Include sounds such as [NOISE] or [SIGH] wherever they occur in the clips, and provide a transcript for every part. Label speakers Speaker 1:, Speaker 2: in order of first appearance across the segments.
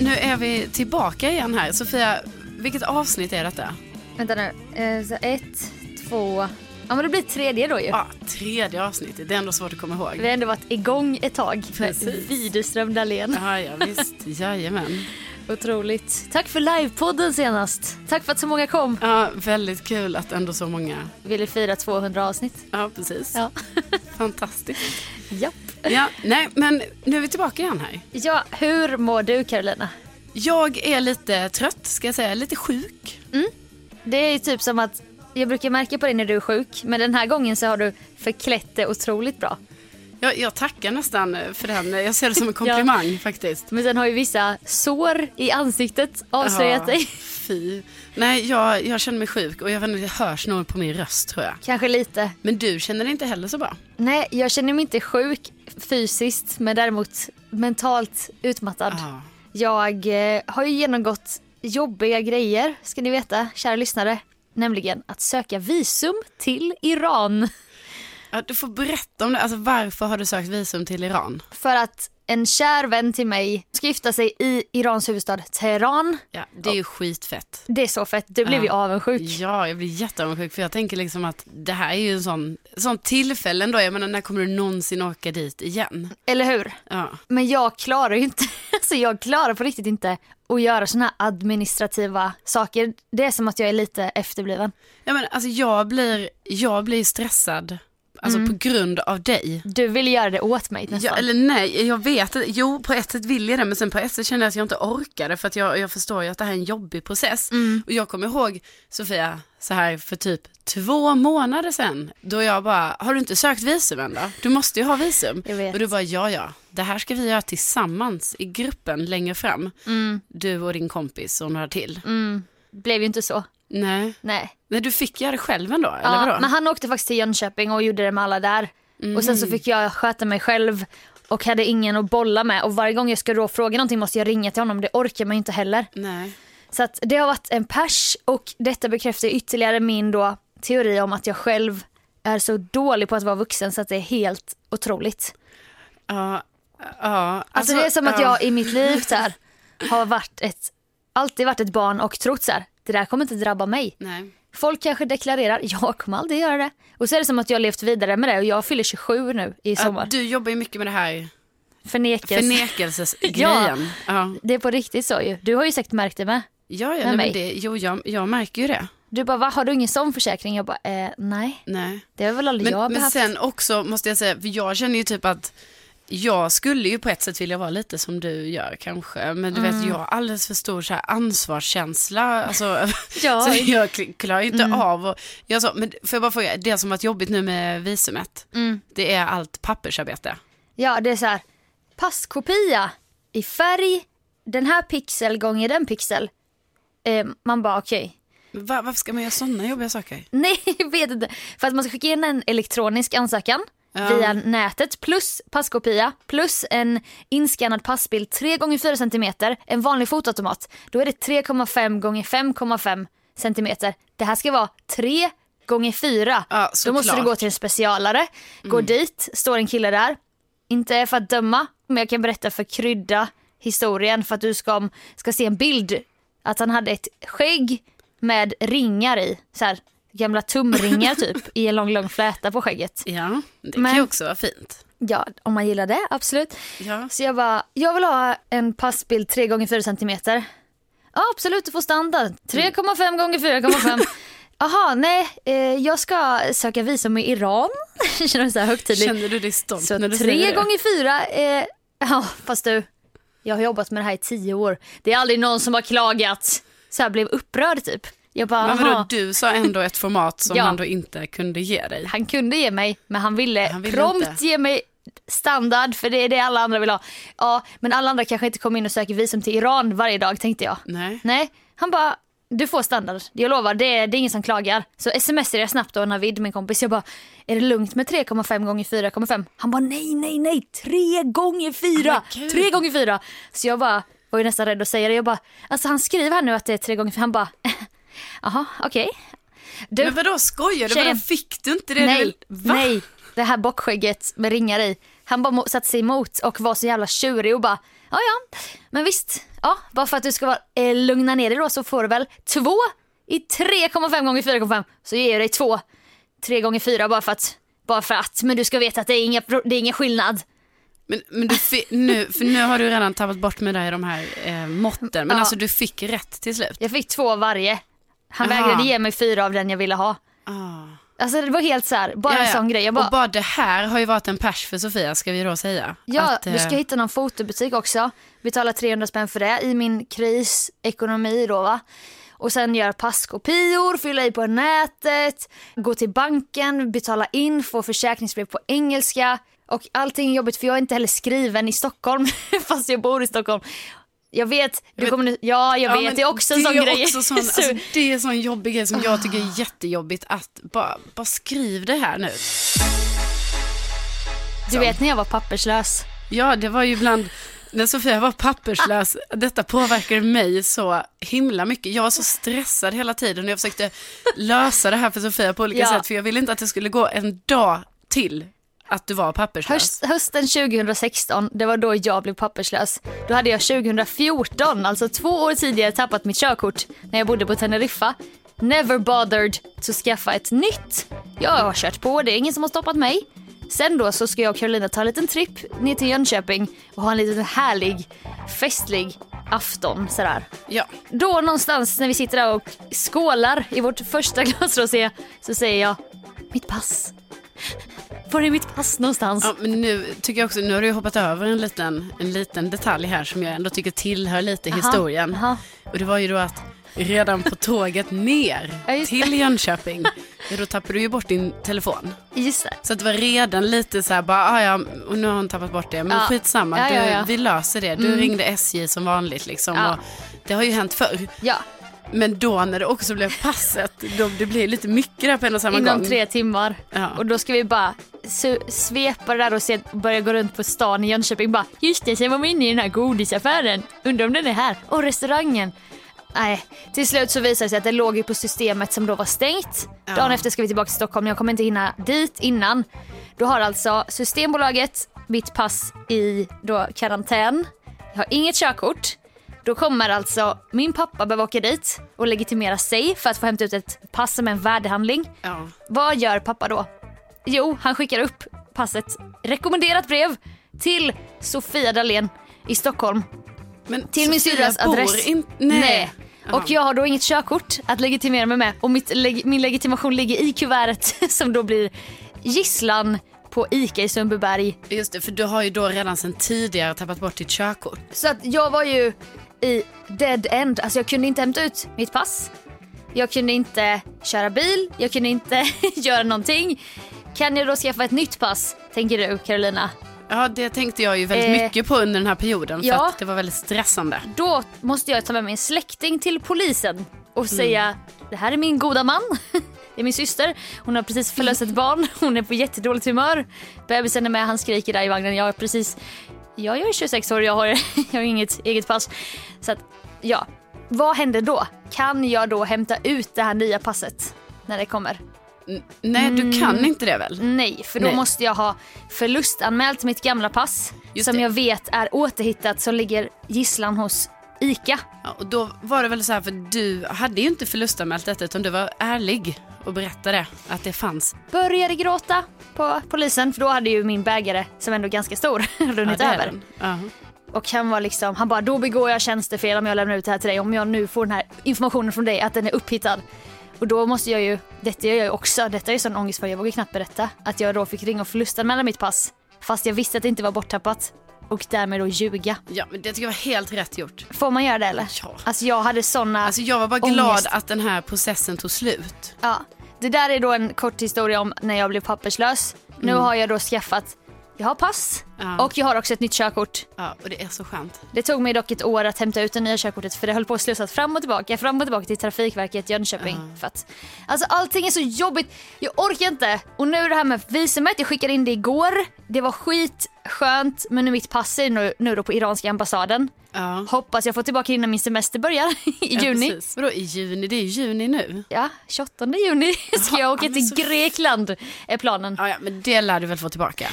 Speaker 1: Nu är vi tillbaka igen här. Sofia, vilket avsnitt är detta?
Speaker 2: Vänta nu. Eh, Så ett, två... Ja men det blir tredje då ju.
Speaker 1: Ja, tredje avsnittet. Det är ändå svårt att komma ihåg.
Speaker 2: Vi har ändå varit igång ett tag.
Speaker 1: Precis.
Speaker 2: Widerström Dahlén.
Speaker 1: Ja, ja visst. Jajamän.
Speaker 2: Otroligt. Tack för livepodden senast. Tack för att så många kom.
Speaker 1: Ja, väldigt kul att ändå så många...
Speaker 2: Vi ville fira 200 avsnitt.
Speaker 1: Ja, precis.
Speaker 2: Ja.
Speaker 1: Fantastiskt.
Speaker 2: Japp.
Speaker 1: Ja, nej, men nu är vi tillbaka igen här.
Speaker 2: Ja, hur mår du Carolina?
Speaker 1: Jag är lite trött, ska jag säga. Lite sjuk.
Speaker 2: Det är ju typ som att jag brukar märka på dig när du är sjuk men den här gången så har du förklätt det otroligt bra.
Speaker 1: Jag, jag tackar nästan för den. Jag ser det
Speaker 2: [LAUGHS]
Speaker 1: som en komplimang faktiskt.
Speaker 2: Men sen har ju vissa sår i ansiktet avslöjat
Speaker 1: Ja,
Speaker 2: dig.
Speaker 1: Fy. Nej, jag, jag känner mig sjuk och jag vet inte, det hörs nog på min röst tror jag.
Speaker 2: Kanske lite.
Speaker 1: Men du känner dig inte heller så bra.
Speaker 2: Nej, jag känner mig inte sjuk fysiskt men däremot mentalt utmattad.
Speaker 1: Ja.
Speaker 2: Jag eh, har ju genomgått jobbiga grejer, ska ni veta, kära lyssnare. Nämligen att söka visum till Iran. [LAUGHS]
Speaker 1: Ja, du får berätta om det. Alltså, varför har du sökt visum till Iran?
Speaker 2: För att en kär vän till mig ska gifta sig i Irans huvudstad Teheran.
Speaker 1: Ja, det är ju skitfett.
Speaker 2: Det är så fett, du blev ju
Speaker 1: Ja.
Speaker 2: avundsjuk.
Speaker 1: Ja, jag blir jätteavundsjuk för jag tänker liksom att det här är ju en sån, sån tillfälle ändå. Jag menar, när kommer du någonsin åka dit igen?
Speaker 2: Eller hur?
Speaker 1: Ja,
Speaker 2: Men jag klarar ju inte, [LAUGHS] alltså jag klarar på riktigt inte att göra såna här administrativa saker. Det är som att jag är lite efterbliven.
Speaker 1: ja men alltså jag blir, jag blir stressad, alltså på grund av dig.
Speaker 2: Du vill göra det åt mig nästan.
Speaker 1: Ja, eller nej, jag vet inte. Jo, på ett sätt vill jag det, men sen på ett sätt kände jag att jag inte orkade för att jag, jag förstår ju att det här är en jobbig process.
Speaker 2: Mm.
Speaker 1: Och jag kommer ihåg, Sofia, så här för typ två månader sedan, då jag bara, har du inte sökt visum än då? Du måste ju ha visum.
Speaker 2: Jag vet.
Speaker 1: Och du bara, ja, ja, det här ska vi göra tillsammans i gruppen längre fram.
Speaker 2: Mm.
Speaker 1: Du och din kompis och några till.
Speaker 2: Blev ju inte så.
Speaker 1: Nej.
Speaker 2: Nej.
Speaker 1: nej, du fick göra det själv ändå, eller
Speaker 2: Ja,
Speaker 1: vadå?
Speaker 2: men han åkte faktiskt till Jönköping och gjorde det med alla där. Och sen
Speaker 1: Mm.
Speaker 2: så fick jag sköta mig själv och hade ingen att bolla med. Och varje gång jag ska då fråga någonting måste jag ringa till honom. Det orkar man ju inte heller.
Speaker 1: Nej.
Speaker 2: Så att det har varit en pers och detta bekräftar ytterligare min då teori om att jag själv är så dålig på att vara vuxen så att det är helt otroligt.
Speaker 1: Ja, ja.
Speaker 2: Alltså, det är som att
Speaker 1: ja.
Speaker 2: jag i mitt liv
Speaker 1: [LAUGHS]
Speaker 2: så här, har varit ett, alltid varit ett barn och trott så här, det där kommer inte drabba mig.
Speaker 1: Nej.
Speaker 2: Folk kanske deklarerar, jag kommer aldrig göra det. Och så är det som att jag har levt vidare med det och jag fyller 27 nu i sommar.
Speaker 1: Ja, Du jobbar ju mycket med det här
Speaker 2: Förnekas.
Speaker 1: Förnekelsesgrejen. [LAUGHS] ja.
Speaker 2: det är på riktigt så ju. Du har ju säkert märkt det med.
Speaker 1: Ja, ja nej,
Speaker 2: Med
Speaker 1: men
Speaker 2: mig.
Speaker 1: det, jo, jag, jag märker ju det.
Speaker 2: Du bara, va, har du ingen sån försäkring? Jag bara, eh, nej.
Speaker 1: Nej.
Speaker 2: Det har väl aldrig
Speaker 1: Men,
Speaker 2: jag
Speaker 1: men
Speaker 2: behövt.
Speaker 1: sen också måste jag säga, för jag känner ju typ att jag skulle ju på ett sätt vilja vara lite som du gör kanske, men du
Speaker 2: Mm.
Speaker 1: vet jag har alldeles för stor så här ansvarskänsla,
Speaker 2: [LAUGHS]
Speaker 1: alltså, [LAUGHS]
Speaker 2: Ja.
Speaker 1: så jag kl- klarar ju inte
Speaker 2: Mm.
Speaker 1: av och, jag sa, men får jag bara fråga, det som varit jobbigt nu med visumet,
Speaker 2: Mm.
Speaker 1: det är allt pappersarbete.
Speaker 2: Ja, det är så här, passkopia i färg, den här pixel gånger den pixel. Eh, man bara, okej. [LAUGHS]
Speaker 1: Va, varför ska man göra sådana jobbiga saker?
Speaker 2: Nej, jag vet inte. För att man ska skicka in en elektronisk ansökan
Speaker 1: Ja.
Speaker 2: via nätet plus passkopia plus en inskannad passbild 3 gånger 4 centimeter en vanlig fotoautomat. Då är det 3,5 gånger 5,5 centimeter Det här ska vara 3 gånger 4.
Speaker 1: Ja,
Speaker 2: Då måste
Speaker 1: såklart. Mm.
Speaker 2: du gå till en specialare, gå dit, står en kille där. Inte för att döma, men jag kan berätta för krydda historien för att du ska, ska se en bild att han hade ett skägg med ringar i. Så här, gamla tumringar typ i en lång, lång fläta på skägget.
Speaker 1: Ja, det
Speaker 2: Men-
Speaker 1: kan ju också vara fint.
Speaker 2: Ja, om man gillar det, absolut.
Speaker 1: Ja.
Speaker 2: Så jag bara, jag vill ha en passbild 3 gånger 4 centimeter. Ja, absolut, du får standard. 3,5 gånger
Speaker 1: [LAUGHS]
Speaker 2: 4,5. Jaha, nej, eh, jag ska söka visum i Iran. [LAUGHS] Känner du så här högtidligt?
Speaker 1: Känner du dig stolt
Speaker 2: Så
Speaker 1: när du
Speaker 2: tre
Speaker 1: säger det?
Speaker 2: gånger fyra, eh, [LAUGHS] ja fast du, jag har jobbat med det här i tio år. Det är aldrig någon som har klagat. Så jag blev upprörd typ. Jag bara,
Speaker 1: Men vadå,
Speaker 2: aha,
Speaker 1: du sa ändå ett format som
Speaker 2: Ja.
Speaker 1: han då inte kunde ge dig.
Speaker 2: han kunde ge mig, men han ville,
Speaker 1: Han ville
Speaker 2: prompt
Speaker 1: inte.
Speaker 2: ge mig standard, för det är det alla andra vill ha. Ja, men alla andra kanske inte kommer in och söker visum till Iran varje dag tänkte jag.
Speaker 1: Nej.
Speaker 2: Nej, han bara, du får standard. Jag lovar, det är, det är ingen som klagar. Så smsade jag snabbt då Navid, min kompis. Jag bara, är det lugnt med 3,5 gånger 4,5? Han bara, nej, nej, nej, 3 gånger 4!
Speaker 1: Oh my God.
Speaker 2: 3 gånger 4! Så jag bara, var ju nästan rädd att säga det. Jag bara, alltså han skriver här nu att det är 3 gånger 4. Han bara, [LAUGHS] jaha, okej. Du,
Speaker 1: Men vadå skojar du?
Speaker 2: Tjejen-
Speaker 1: Vadå fick du inte det?
Speaker 2: nej,
Speaker 1: du vill... Va?
Speaker 2: nej, det här bockskägget med ringar i. Han bara mo- satte sig emot och var så jävla tjurig och bara ja ja, men visst, ja, bara för att du ska vara, eh, lugna ner dig då så får du väl två i 3,5 gånger 4,5 så ger jag dig två. Tre gånger fyra bara för att, bara för att, men du ska veta att det är, inga, pro- det är ingen skillnad.
Speaker 1: Men, men du fi- nu, för nu har du redan tappat bort mig där i de här eh, måtten. Men
Speaker 2: Ja.
Speaker 1: alltså du fick rätt till slut.
Speaker 2: Jag fick två av varje. Han
Speaker 1: Jaha.
Speaker 2: vägrade ge mig fyra av den jag ville ha.
Speaker 1: Ah.
Speaker 2: Alltså det var helt så här, bara en
Speaker 1: Jaja.
Speaker 2: sån grej. Jag bara,
Speaker 1: Och bara det här har ju varit en pers för Sofia ska vi då säga.
Speaker 2: ja,
Speaker 1: Att, eh,
Speaker 2: vi ska hitta någon fotobutik också. Betala 300 spänn för det i min krisekonomi då va. Och sen göra passkopior, fylla i på nätet, gå till banken, betala in, få försäkringsbrev på engelska. Och allting är jobbigt för jag är inte heller skriven i Stockholm [LAUGHS] fast jag bor i Stockholm. Jag vet, du kommer nu, ja jag
Speaker 1: ja,
Speaker 2: vet,
Speaker 1: men
Speaker 2: det är också en sån
Speaker 1: är
Speaker 2: grej.
Speaker 1: också sån-
Speaker 2: [LAUGHS] Så- Ah.
Speaker 1: alltså, det är en sån jobbig grej som jag tycker är jättejobbigt att bara, bara skriv det här nu.
Speaker 2: du vet när jag var papperslös.
Speaker 1: Ja, det var ju bland, när Sofia var papperslös, detta påverkade mig så himla mycket. Jag var så stressad hela tiden och jag försökte lösa det här för Sofia på olika
Speaker 2: Ja.
Speaker 1: sätt, för jag ville inte att det skulle gå en dag till att du var papperslös.
Speaker 2: Höst, hösten 2016, det var då jag blev papperslös. Då hade jag 2014, alltså två år tidigare, tappat mitt körkort när jag bodde på Teneriffa. Never bothered to skaffa ett nytt. Jag har kört på, det är ingen som har stoppat mig. Sen då så ska jag och Carolina ta en liten tripp ner till Jönköping och ha en liten härlig, festlig afton sådär.
Speaker 1: Ja.
Speaker 2: Då någonstans när vi sitter där och skålar i vårt första [LAUGHS] glas rosé så säger jag mitt pass. Var är mitt pass någonstans?
Speaker 1: Ja, men nu tycker jag också, nu har du ju hoppat över en liten, en liten detalj här som jag ändå tycker tillhör lite
Speaker 2: Aha,
Speaker 1: historien.
Speaker 2: aha.
Speaker 1: Och det var ju då att redan på tåget ner
Speaker 2: Ja, just det.
Speaker 1: till Jönköping, ja, då tappade du ju bort din telefon.
Speaker 2: Just det.
Speaker 1: Så att det var redan lite så här bara, ah, ja, och nu har hon tappat bort det, men
Speaker 2: Ja.
Speaker 1: skitsamma,
Speaker 2: Ja, ja,
Speaker 1: du,
Speaker 2: ja. Mm.
Speaker 1: vi löser det. Du ringde SJ som vanligt liksom.
Speaker 2: Ja.
Speaker 1: Och det har ju hänt förr.
Speaker 2: Ja,
Speaker 1: Men då när det också blev passet, då, det blev lite mycket där på en och samma
Speaker 2: inom
Speaker 1: gång.
Speaker 2: tre timmar.
Speaker 1: Ja.
Speaker 2: Och då ska vi bara su- svepa det där och se, börja gå runt på stan i Jönköping. Bara, just det, sen var man inne i den här godisaffären. Undrar om den är här. Och restaurangen. Nej, till slut så visade det sig att det låg ju på systemet som då var stängt.
Speaker 1: Ja.
Speaker 2: Dagen efter ska vi tillbaka till Stockholm, jag kommer inte hinna dit innan. Då har alltså Systembolaget mitt pass i då karantän. Jag har inget körkort. Då kommer alltså min pappa behöva åka dit och legitimera sig för att få hämta ut ett pass som en värdehandling.
Speaker 1: Ja.
Speaker 2: Vad gör pappa då? Jo, han skickar upp passet, rekommenderat brev till Sofia Dalén i Stockholm.
Speaker 1: Men
Speaker 2: Till min
Speaker 1: Sofia
Speaker 2: syrras
Speaker 1: bor
Speaker 2: adress.
Speaker 1: in- Nej. Jaha.
Speaker 2: Och jag har då inget körkort att legitimera mig med och mitt, leg- min legitimation ligger i kuvertet [LAUGHS] som då blir gisslan på ICA i Sundbyberg.
Speaker 1: Just det, för du har ju då redan sedan tidigare tappat bort ditt körkort.
Speaker 2: Så att jag var ju i dead end. Alltså jag kunde inte hämta ut mitt pass. Jag kunde inte köra bil. Jag kunde inte [LAUGHS] göra någonting. Kan jag då skaffa ett nytt pass, tänker du Carolina?
Speaker 1: Ja, det tänkte jag ju väldigt
Speaker 2: Eh,
Speaker 1: mycket på under den här perioden för
Speaker 2: ja.
Speaker 1: att det var väldigt stressande.
Speaker 2: Då måste jag ta med mig en släkting till polisen och säga det här är min goda man. [LAUGHS] Det är min syster. Hon har precis förlöst ett barn. [LAUGHS] Hon är på jättedåligt humör. Bebisen är med. Han skriker där i vagnen. Jag är precis... Ja, jag är 26 år. Jag har, [LAUGHS] jag har inget eget pass. Så att, ja. Vad händer då? Kan jag då hämta ut det här nya passet när det kommer?
Speaker 1: N- Nej,
Speaker 2: Mm.
Speaker 1: du kan inte det väl?
Speaker 2: Nej, för då
Speaker 1: Nej.
Speaker 2: måste jag ha förlustanmält mitt gamla pass
Speaker 1: Just
Speaker 2: som
Speaker 1: det.
Speaker 2: jag vet är återhittat som ligger gisslan hos ICA.
Speaker 1: Ja, och då var det väl så här, för du hade ju inte förlustanmält detta utan du var ärlig och berättade att det fanns.
Speaker 2: började gråta på polisen för då hade ju min bägare som ändå är ganska stor [LAUGHS] runnit
Speaker 1: det är
Speaker 2: över.
Speaker 1: den. Ja.
Speaker 2: Och han var liksom, han bara då begår jag tjänstefel om jag lämnar ut det här till dig om jag nu får den här informationen från dig att den är upphittad. Och då måste jag ju, detta gör jag ju också, detta är ju sån ångest för jag vågar knappt berätta att jag då fick ringa och förlustanmäla mitt pass fast jag visste att det inte var borttappat och därmed då ljuga.
Speaker 1: ja, men det tycker jag var helt rätt gjort.
Speaker 2: Får man göra det eller?
Speaker 1: Ja.
Speaker 2: Alltså jag hade såna
Speaker 1: Alltså jag var bara glad
Speaker 2: Ångest.
Speaker 1: att den här processen tog slut.
Speaker 2: Ja, det där är då en kort historia om när jag blev papperslös. Nu har jag då skaffat, jag har pass
Speaker 1: Mm. Ja.
Speaker 2: och jag har också ett nytt körkort.
Speaker 1: Ja, och det är så skönt.
Speaker 2: Det tog mig dock ett år att hämta ut det nya körkortet för det höll på att slussas fram och tillbaka, fram och tillbaka till Trafikverket Jönköping. För att, alltså allting är så jobbigt, jag orkar inte. Och nu det här med visumet, jag skickade in det igår. Det var skitskönt men nu mitt pass är nu, nu då på iranska ambassaden.
Speaker 1: Ja.
Speaker 2: Hoppas jag får tillbaka det innan min semester börjar [LAUGHS] i juni.
Speaker 1: Ja, precis. Vadå i juni? Det är ju juni nu.
Speaker 2: Ja, 28 juni [LAUGHS] ska jag
Speaker 1: Ja,
Speaker 2: åka
Speaker 1: men
Speaker 2: till
Speaker 1: så-
Speaker 2: Grekland är planen.
Speaker 1: Ja, ja, men det lär du väl få tillbaka.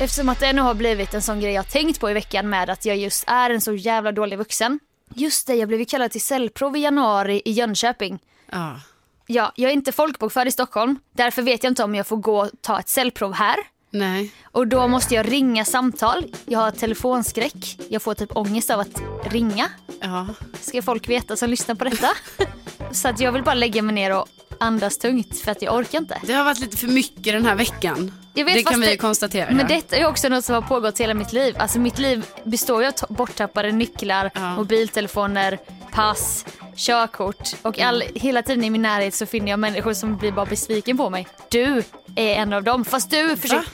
Speaker 2: Eftersom att det nu har blivit en sån grej jag har tänkt på i veckan med att jag just är en så jävla dålig vuxen. Just det, jag blev ju kallad till cellprov i januari i Jönköping.
Speaker 1: Ja.
Speaker 2: Ja, jag är inte folkbokförd i Stockholm, därför vet jag inte om jag får gå och ta ett cellprov här.
Speaker 1: Nej.
Speaker 2: Och då måste jag ringa samtal. Jag har telefonskräck. Jag får typ ångest av att ringa.
Speaker 1: Ja.
Speaker 2: Ska folk veta som lyssnar
Speaker 1: [LAUGHS]
Speaker 2: på detta? Så att jag vill bara lägga mig ner och andas tungt för att jag orkar inte.
Speaker 1: Det har varit lite för mycket den här veckan.
Speaker 2: Jag vet,
Speaker 1: det
Speaker 2: fast
Speaker 1: kan vi
Speaker 2: det-
Speaker 1: konstatera.
Speaker 2: Men detta är också något som har pågått hela mitt liv. Alltså mitt liv består ju av to- borttappade nycklar,
Speaker 1: Ja.
Speaker 2: mobiltelefoner, pass, körkort och
Speaker 1: Mm.
Speaker 2: all, hela tiden i min närhet så finner jag människor som blir bara besviken på mig. Du är en av dem. Fast du försöker...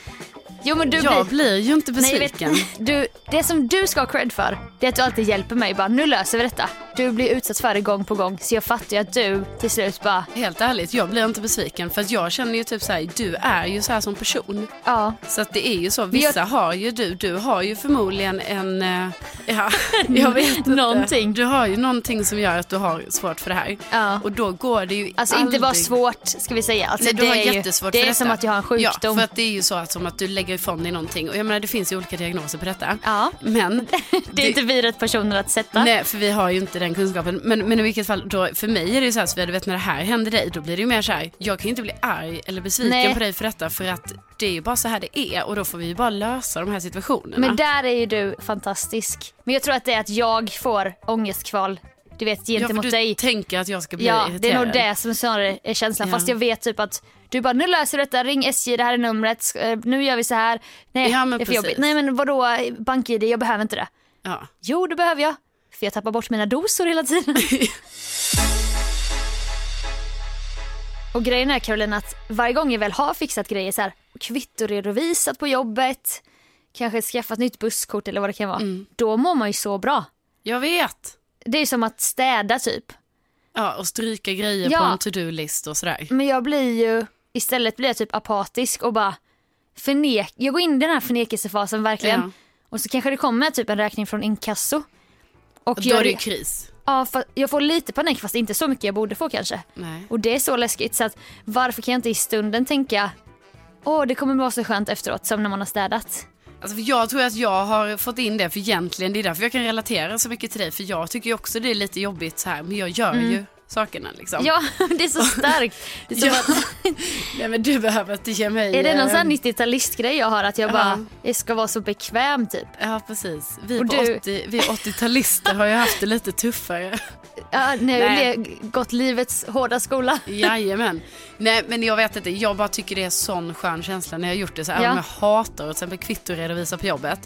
Speaker 2: Jo men du
Speaker 1: jag
Speaker 2: blir...
Speaker 1: blir ju inte
Speaker 2: Nej,
Speaker 1: besviken.
Speaker 2: vet, du, det som du ska ha cred för, det är att du alltid hjälper mig. Bara, nu löser vi detta. Du blir utsatt för det gång på gång, så jag fattar ju att du till slut bara,
Speaker 1: Helt ärligt, jag blir inte besviken för att jag känner ju typ så här, du är ju så här som person.
Speaker 2: ja.
Speaker 1: Så att det är ju så, vissa har ju du, du har ju förmodligen en, eh,
Speaker 2: [LAUGHS]
Speaker 1: ja, jag vet inte.
Speaker 2: Någonting.
Speaker 1: Du har ju någonting som gör att du har svårt för det här.
Speaker 2: Ja.
Speaker 1: Och då går det ju
Speaker 2: Alltså inte
Speaker 1: aldrig...
Speaker 2: bara svårt, ska vi säga. Alltså,
Speaker 1: Nej, du
Speaker 2: det
Speaker 1: har
Speaker 2: är ju,
Speaker 1: jättesvårt
Speaker 2: Det
Speaker 1: för
Speaker 2: är
Speaker 1: detta.
Speaker 2: som att jag har en sjukdom.
Speaker 1: Ja, för att det är ju så att, som att du lägger ifrån dig någonting. Och jag menar det finns ju olika diagnoser på detta.
Speaker 2: Ja.
Speaker 1: Men
Speaker 2: [LAUGHS] Det är inte vi rätt personer att sätta.
Speaker 1: Nej, för vi har ju inte den kunskapen. Men, men i vilket fall, då, för mig är det ju så här, Sofia, du vet när det här händer dig, då blir det ju mer så här, jag kan ju inte bli arg eller besviken
Speaker 2: Nej.
Speaker 1: på dig för detta, för att det är ju bara så här det är och då får vi ju bara lösa de här situationerna.
Speaker 2: Men där är ju du fantastisk. Men jag tror att det är att jag får ångestkval, du vet
Speaker 1: ja, för
Speaker 2: gentemot
Speaker 1: du
Speaker 2: dig.
Speaker 1: tänker att jag ska bli
Speaker 2: Ja,
Speaker 1: irriterad.
Speaker 2: det är nog det som snarare är känslan.
Speaker 1: Ja.
Speaker 2: Fast jag vet typ att du bara, nu löser vi detta, ring SJ, det här är numret, Sk- eh, nu gör vi så här. Nej,
Speaker 1: Ja, men
Speaker 2: det är för
Speaker 1: precis.
Speaker 2: jobbigt. Nej men vadå, bank-id, jag behöver inte det.
Speaker 1: Ja. [LAUGHS]
Speaker 2: Jo, det behöver jag. För jag tappar bort mina dosor hela tiden. och grejen är Caroline att varje gång jag väl har fixat grejer så här, kvittoredovisat på jobbet, kanske skaffat nytt busskort eller vad det kan vara.
Speaker 1: Mm.
Speaker 2: Då mår man ju så bra.
Speaker 1: Jag vet.
Speaker 2: Det är ju som att städa typ.
Speaker 1: Ja, och stryka grejer
Speaker 2: Ja.
Speaker 1: på en to-do-list och sådär.
Speaker 2: Men jag blir ju, istället blir jag typ apatisk och bara förnek, jag går in i den här förnekelsefasen verkligen.
Speaker 1: Ja.
Speaker 2: Och så kanske det kommer typ en räkning från inkasso. Och
Speaker 1: Då är
Speaker 2: jag,
Speaker 1: det ju kris.
Speaker 2: ja, fa- jag får lite panik fast inte så mycket jag borde få kanske.
Speaker 1: Nej.
Speaker 2: Och det är så läskigt så att varför kan jag inte i stunden tänka Åh, det kommer vara så skönt efteråt som när man har städat.
Speaker 1: Alltså för jag tror att jag har fått in det, för egentligen det är därför jag kan relatera så mycket till dig, för jag tycker ju också det är lite jobbigt så här, men jag gör ju sakerna liksom.
Speaker 2: Mm. Ja, [LAUGHS] det är så starkt. Det är, som
Speaker 1: Ja.
Speaker 2: att,
Speaker 1: Nej men du behöver inte ge mig...
Speaker 2: är det någon
Speaker 1: eh,
Speaker 2: sån här 90-talistgrej jag har att jag
Speaker 1: Ja.
Speaker 2: bara jag ska vara så bekväm typ?
Speaker 1: Ja precis. Vi,
Speaker 2: Och
Speaker 1: på
Speaker 2: du-
Speaker 1: 80, vi 80-talister har ju haft det lite
Speaker 2: [LAUGHS]
Speaker 1: tuffare.
Speaker 2: Ja, nu har
Speaker 1: Nej.
Speaker 2: jag gått livets hårda skola.
Speaker 1: Jajamän. Nej men jag vet inte, jag bara tycker det är sån skön känsla när jag har gjort det. Så här,
Speaker 2: Ja. Mm.
Speaker 1: om Jag hatar att till exempel kvittoredovisa på jobbet.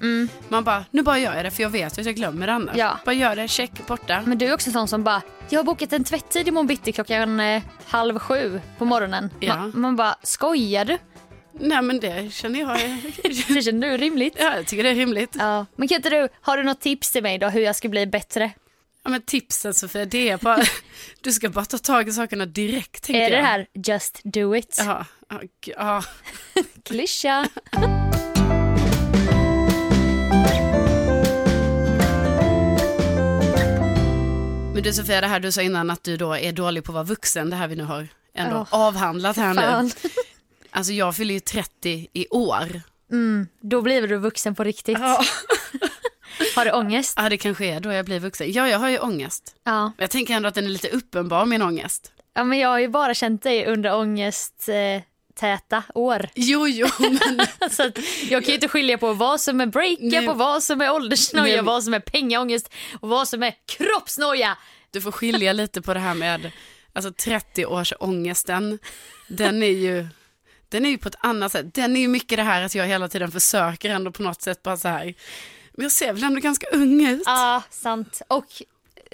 Speaker 1: Man bara, nu bara gör jag det för jag vet ju att jag glömmer det annars.
Speaker 2: Ja.
Speaker 1: Bara gör det, check, borta.
Speaker 2: Men du är också sån som bara, jag har bokat en tvättid imorgon bitti klockan eh, halv sju på morgonen.
Speaker 1: Ja.
Speaker 2: Man, man bara, skojar du? [LAUGHS]
Speaker 1: Nej men det känner jag, [LAUGHS]
Speaker 2: Det känner du rimligt?
Speaker 1: ja, jag tycker det är rimligt.
Speaker 2: Ja. Men kan inte du, har du något tips till mig då hur jag ska bli bättre?
Speaker 1: Ja men tipsen Sofia, det är bara, [LAUGHS] du ska bara ta tag i sakerna direkt tänker
Speaker 2: Är det
Speaker 1: jag.
Speaker 2: här just do it?
Speaker 1: Ja, ja, g- ja.
Speaker 2: [LAUGHS] Klyscha.
Speaker 1: Men du Sofia, det här du sa innan att du då är dålig på att vara vuxen, det här vi nu har ändå
Speaker 2: Ja.
Speaker 1: avhandlat här nu.
Speaker 2: Fan.
Speaker 1: Alltså jag fyller ju 30 i år.
Speaker 2: Då blir du vuxen på riktigt. Har du ångest?
Speaker 1: Ja, det kanske är då jag blir vuxen. Ja, jag har ju ångest.
Speaker 2: Ja.
Speaker 1: Men Jag tänker ändå att den är lite uppenbar, min ångest.
Speaker 2: ja men jag har ju bara känt dig under ångest eh, täta år.
Speaker 1: Jo, [LAUGHS] jo, men
Speaker 2: Så att jag kan ju inte skilja på vad som är breakup
Speaker 1: Alltså Nej.
Speaker 2: och vad som är
Speaker 1: Nej,
Speaker 2: åldersnoja,
Speaker 1: men-
Speaker 2: vad som är pengaångest och vad som är kroppsnoja.
Speaker 1: du får skilja lite på det här med alltså 30-årsångesten. Den är ju... Den är ju på ett annat sätt. Den är ju mycket det här att jag hela tiden försöker ändå på något sätt bara så här. Men jag ser väl ändå ganska ung ut.
Speaker 2: Ja, Ah, sant. Och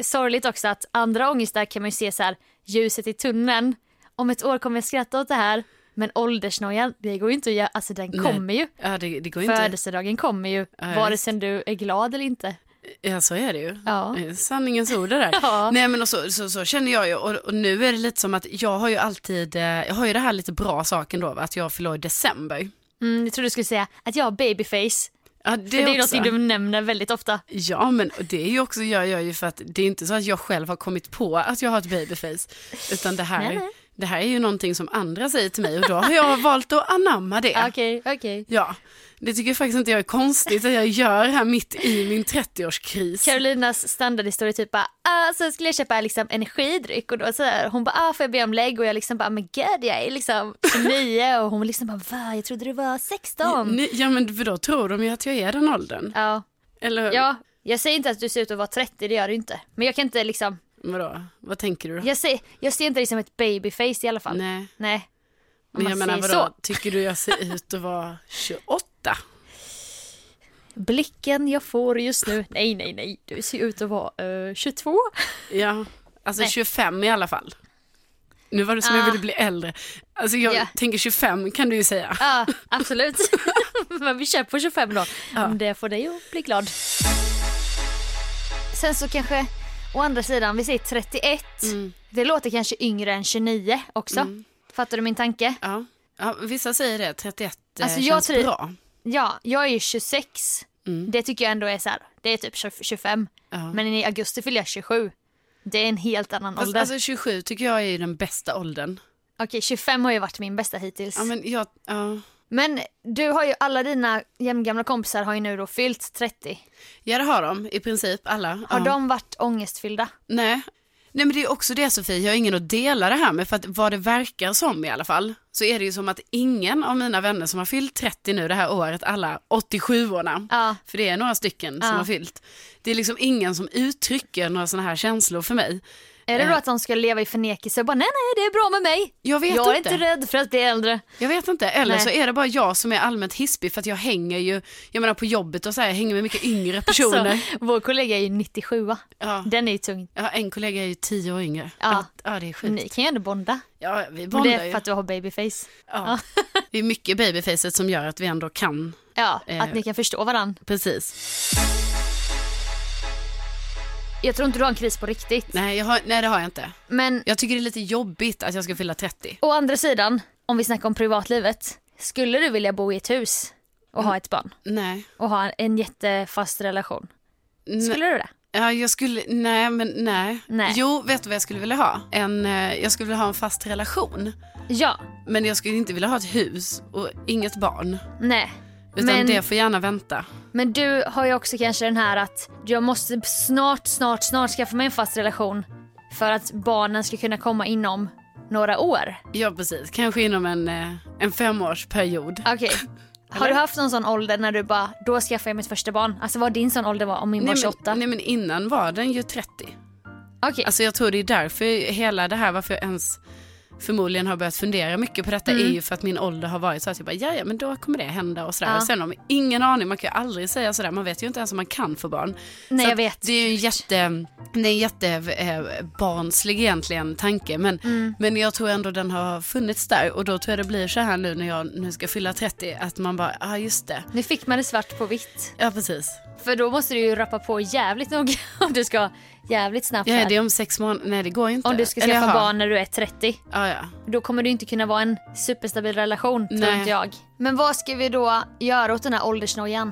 Speaker 2: sorgligt också att andra ångestar kan man ju se så här ljuset i tunneln. Om ett år kommer jag skratta åt det här. Men åldersnojan, det går ju inte att göra, alltså den
Speaker 1: Nej.
Speaker 2: kommer ju.
Speaker 1: Ja, det, det går inte.
Speaker 2: Födelsedagen kommer ju,
Speaker 1: ja,
Speaker 2: vare
Speaker 1: visst.
Speaker 2: sig du är glad eller inte.
Speaker 1: Ja, så är det ju.
Speaker 2: Ja.
Speaker 1: Det är Sanningens ord det där.
Speaker 2: [LAUGHS] Ja.
Speaker 1: Nej, men och så, så, så känner jag ju, och, och nu är det lite som att jag har ju alltid, eh, jag har ju det här lite bra saken då, va, att jag fyller i december.
Speaker 2: Mm, jag trodde du skulle säga att jag har babyface.
Speaker 1: Ja, det,
Speaker 2: Det är, det är
Speaker 1: också.
Speaker 2: något du nämner väldigt ofta.
Speaker 1: Ja, men och det är ju också, gör jag ju för att det är inte så att jag själv har kommit på att jag har ett babyface, utan det här
Speaker 2: Nej, nej.
Speaker 1: det här är ju någonting som andra säger till mig och då har jag valt att anamma
Speaker 2: [LAUGHS]
Speaker 1: det.
Speaker 2: Okej, okej.
Speaker 1: Ja, det tycker jag faktiskt inte jag är konstigt att jag gör här mitt i min 30-årskris.
Speaker 2: Carolinas standardhistoria är typ bara, ah, så skulle jag köpa liksom energidryck och då så här, hon bara, ah, får jag be om lägg och jag liksom bara, men gud jag är liksom 29 och hon liksom bara, va jag trodde du var 16.
Speaker 1: Ni- Ja men för då tror de ju att jag är den åldern.
Speaker 2: Ja,
Speaker 1: Eller
Speaker 2: ja, jag säger inte att du ser ut att vara 30, det gör du inte. Men jag kan inte liksom,
Speaker 1: vadå, vad tänker du då?
Speaker 2: jag ser, jag ser inte dig som ett babyface i alla fall.
Speaker 1: Nej,
Speaker 2: Nej. Om
Speaker 1: men jag
Speaker 2: man
Speaker 1: menar
Speaker 2: säger
Speaker 1: vadå, tycker du jag ser ut att vara 28?
Speaker 2: Blicken jag får just nu, nej nej nej, du ser ut att vara eh, 22.
Speaker 1: Ja, alltså
Speaker 2: Nej.
Speaker 1: 25 i alla fall. Nu var det som
Speaker 2: Ah.
Speaker 1: jag ville bli äldre. Alltså jag
Speaker 2: Ja.
Speaker 1: tänker 25 kan du ju säga.
Speaker 2: Ja, absolut. [LAUGHS] Men vi kör på 25 då.
Speaker 1: Ja.
Speaker 2: Om det får dig att bli glad. Sen så kanske, å andra sidan, vi säger 31.
Speaker 1: Mm.
Speaker 2: Det låter kanske yngre än 29 också. Fattar du min tanke?
Speaker 1: Ja. Ja, vissa säger det, 31
Speaker 2: Alltså,
Speaker 1: alltså,
Speaker 2: jag
Speaker 1: känns
Speaker 2: tror-
Speaker 1: bra.
Speaker 2: Ja, jag är ju 26. Det tycker jag ändå är så här, det är typ 20 25.
Speaker 1: Mm. Ja.
Speaker 2: Men i augusti fyller jag 27. Det är en helt annan
Speaker 1: Fast,
Speaker 2: ålder.
Speaker 1: alltså 27 tycker jag är ju den bästa åldern.
Speaker 2: Okej, 25 har ju varit min bästa hittills.
Speaker 1: Ja, men jag, ja.
Speaker 2: Men du har ju alla dina jämngamla kompisar har ju nu då fyllt 30.
Speaker 1: ja, det har de i princip alla. ja.
Speaker 2: Har de varit ångestfyllda?
Speaker 1: Nej. Nej men det är också det Sofie, jag har ingen att dela det här med för att vad det verkar som i alla fall så är det ju som att ingen av mina vänner som har fyllt 30 nu det här året, alla 87-orna,
Speaker 2: Ja.
Speaker 1: för det är några stycken
Speaker 2: Ja.
Speaker 1: som har fyllt, det är liksom ingen som uttrycker några sådana här känslor för mig.
Speaker 2: Är det då att de ska leva i förnekelse och bara nej nej det är bra med mig.
Speaker 1: Eh. Jag vet
Speaker 2: jag är
Speaker 1: inte.
Speaker 2: inte rädd för att bli äldre.
Speaker 1: Jag vet inte, eller
Speaker 2: Nej.
Speaker 1: så är det bara jag som är allmänt hispig för att jag hänger ju, jag menar på jobbet och så här, jag hänger med mycket
Speaker 2: [LAUGHS]
Speaker 1: yngre
Speaker 2: Alltså.
Speaker 1: personer.
Speaker 2: Så, vår kollega är ju 97
Speaker 1: Ja.
Speaker 2: Den är ju tung.
Speaker 1: Jag har en kollega är ju 10 år yngre.
Speaker 2: Ja.
Speaker 1: Att- ja det är sjukt.
Speaker 2: Ni kan ju ändå bonda.
Speaker 1: Ja, vi
Speaker 2: Men det
Speaker 1: bondar
Speaker 2: är
Speaker 1: ju.
Speaker 2: för att du har babyface.
Speaker 1: Ja. [LAUGHS] Det är mycket babyfacet som gör att vi ändå kan
Speaker 2: Ja,
Speaker 1: Eh.
Speaker 2: att ni kan förstå varandra.
Speaker 1: Precis.
Speaker 2: Jag tror inte du har en kris på riktigt.
Speaker 1: Nej, jag har, nej, det har jag inte.
Speaker 2: Men
Speaker 1: Jag tycker det är lite jobbigt att jag ska fylla 30.
Speaker 2: å andra sidan, om vi snackar om privatlivet. Skulle du vilja bo i ett hus och
Speaker 1: Mm.
Speaker 2: ha ett barn
Speaker 1: Nej.
Speaker 2: och ha en jättefast relation?
Speaker 1: N-
Speaker 2: Skulle du det?
Speaker 1: ja, jag skulle, nej, men nej.
Speaker 2: Nej.
Speaker 1: Jo, vet du vad jag skulle vilja ha? En, eh, jag skulle vilja ha en fast relation.
Speaker 2: Ja,
Speaker 1: Men jag skulle inte vilja ha ett hus och inget barn.
Speaker 2: nej.
Speaker 1: Utan
Speaker 2: Men-
Speaker 1: det får gärna vänta.
Speaker 2: Men du har ju också kanske den här att jag måste snart, snart, snart skaffa mig en fast relation för att barnen ska kunna komma inom några år.
Speaker 1: Ja, precis. Kanske inom en, eh, en femårsperiod. [LAUGHS]
Speaker 2: Okej. Har du haft någon sån ålder när du bara, då skaffar jag mitt första barn? Alltså vad din sån ålder var, om min var
Speaker 1: Nej
Speaker 2: 28?
Speaker 1: men, nej men innan var den ju 30.
Speaker 2: Okej,
Speaker 1: Alltså jag tror det är därför hela det här, varför jag ens förmodligen har börjat fundera mycket på detta är
Speaker 2: Mm.
Speaker 1: ju för att min ålder har varit så att jag bara, ja ja men då kommer det hända och sådär.
Speaker 2: Ja.
Speaker 1: Och sen om ingen aning, man kan ju aldrig säga sådär, man vet ju inte ens om man kan få barn.
Speaker 2: Nej,
Speaker 1: så
Speaker 2: jag
Speaker 1: att
Speaker 2: vet.
Speaker 1: Det är ju en jätte, det är en jätte eh, barnslig egentligen tanke men,
Speaker 2: Mm.
Speaker 1: men jag tror ändå den har funnits där och då tror jag det blir så här nu när jag nu ska fylla 30 att man bara, ja ah, just det.
Speaker 2: nu fick man det svart på vitt.
Speaker 1: Ja precis.
Speaker 2: För då måste du ju rappa på jävligt noga [LAUGHS] om du ska jävligt snabbt
Speaker 1: Ja,
Speaker 2: här.
Speaker 1: det är om sex månader, nej det går ju inte.
Speaker 2: Om du ska
Speaker 1: Eller,
Speaker 2: skaffa
Speaker 1: jaha.
Speaker 2: barn när du är 30.
Speaker 1: Ja, ja.
Speaker 2: då kommer det inte kunna vara en superstabil relation tror
Speaker 1: Nej.
Speaker 2: inte jag. Men vad ska vi då göra åt den här åldersnojan?